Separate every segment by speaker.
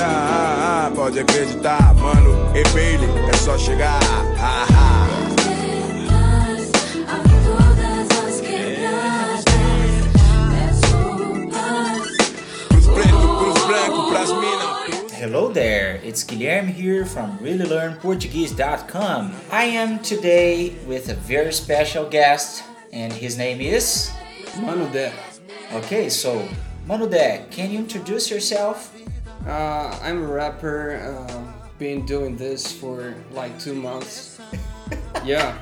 Speaker 1: Ah, pode acreditar, mano. E baile, é só chegar. Ha, ha.
Speaker 2: Quebradas, a todas as quebradas, peço paz.
Speaker 1: Cruz preto, cruz branco, pras minas.
Speaker 3: Hello there, it's Guilherme here from ReallyLearnPortuguese.com. I am today with a very special guest, and his name is.
Speaker 4: Mano Dé.
Speaker 3: Okay, so Manude, can you introduce yourself?
Speaker 4: Uh, I'm a rapper. Um, been doing this for like two months. yeah,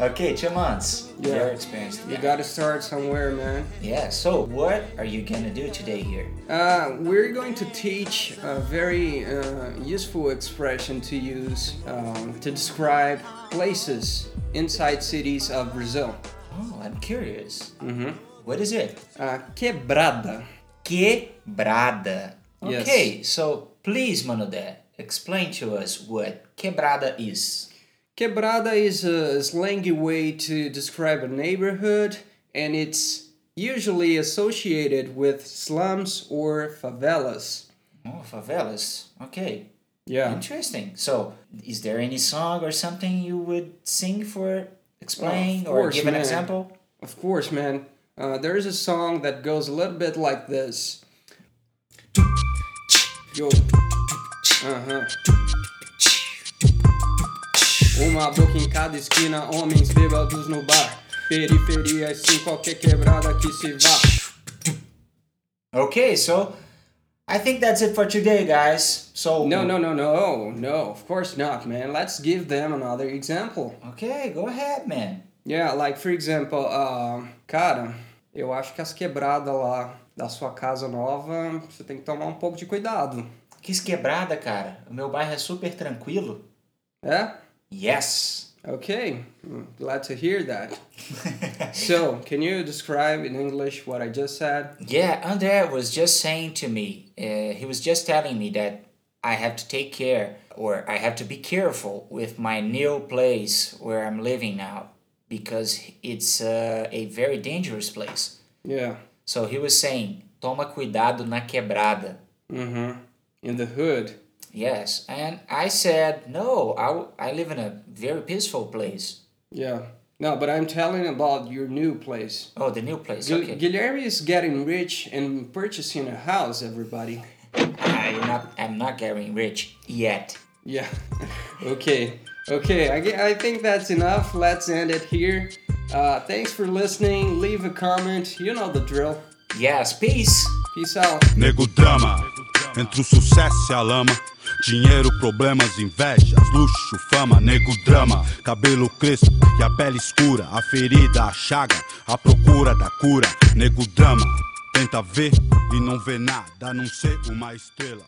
Speaker 3: Okay, two months.
Speaker 4: Yeah.
Speaker 3: Very experienced.
Speaker 4: you gotta start somewhere, man.
Speaker 3: Yeah, so what are you gonna do today here?
Speaker 4: Uh, we're going to teach a very uh, useful expression to use um, to describe places inside cities of Brazil.
Speaker 3: Oh, I'm curious. Mm-hmm. is it?
Speaker 4: Uh, quebrada.
Speaker 3: Quebrada.
Speaker 4: Yes.
Speaker 3: Okay, so please, Manude, explain to us what quebrada is.
Speaker 4: Quebrada is a slangy way to describe a neighborhood, and it's usually associated with slums or favelas.
Speaker 3: Oh, favelas. Okay.
Speaker 4: Yeah.
Speaker 3: Interesting. So, is there any song or something you would sing for, explain,
Speaker 4: Of
Speaker 3: or
Speaker 4: course,
Speaker 3: give an
Speaker 4: man.
Speaker 3: example?
Speaker 4: Of course, man. Uh, there's a song that goes a little bit like this. Yo. Uh-huh. Aham. Uma boca em cada esquina, homens bêbados no bar. Periferia, sim, qualquer quebrada que se vá.
Speaker 3: Okay, so I think that's it for today, guys. So
Speaker 4: No, no, no, no, no, of course not, man. Let's give them another example.
Speaker 3: Okay, go ahead, man.
Speaker 4: Yeah, like for example, uh, cara, eu acho que as quebradas lá da sua casa nova, você tem que tomar um pouco de cuidado.
Speaker 3: Quis quebrada, cara. O meu bairro é super tranquilo.
Speaker 4: É?
Speaker 3: Yes.
Speaker 4: Okay, Mm, glad to hear that. so, can you describe in English what I just said?
Speaker 3: Yeah, Andre was just saying to me, uh, he was just telling me that I have to take care or I have to be careful with my new place where I'm living now because it's uh, a very dangerous place.
Speaker 4: Yeah.
Speaker 3: So he was saying, toma cuidado na quebrada.
Speaker 4: Mm-hmm. In the hood.
Speaker 3: Yes. And I said, no, I, w- I live in a very peaceful place.
Speaker 4: Yeah. No, but I'm telling about your new place.
Speaker 3: Oh, the new place.
Speaker 4: Gu-
Speaker 3: Okay.
Speaker 4: Guilherme is getting rich and purchasing a house, everybody.
Speaker 3: I'm not, I'm not getting rich yet.
Speaker 4: Yeah. okay. Okay. I, ge- I think that's enough. Let's end it here. Uh, thanks for listening. Leave a comment. You know the drill.
Speaker 3: Yes, peace.
Speaker 4: Peace out.
Speaker 5: Nego drama, entre o sucesso e a lama. Dinheiro, problemas, invejas, luxo, fama, nego drama, cabelo crespo e a pele escura, a ferida, a chaga, a procura da cura, nego drama, tenta ver e não vê nada, a não ser uma estrela.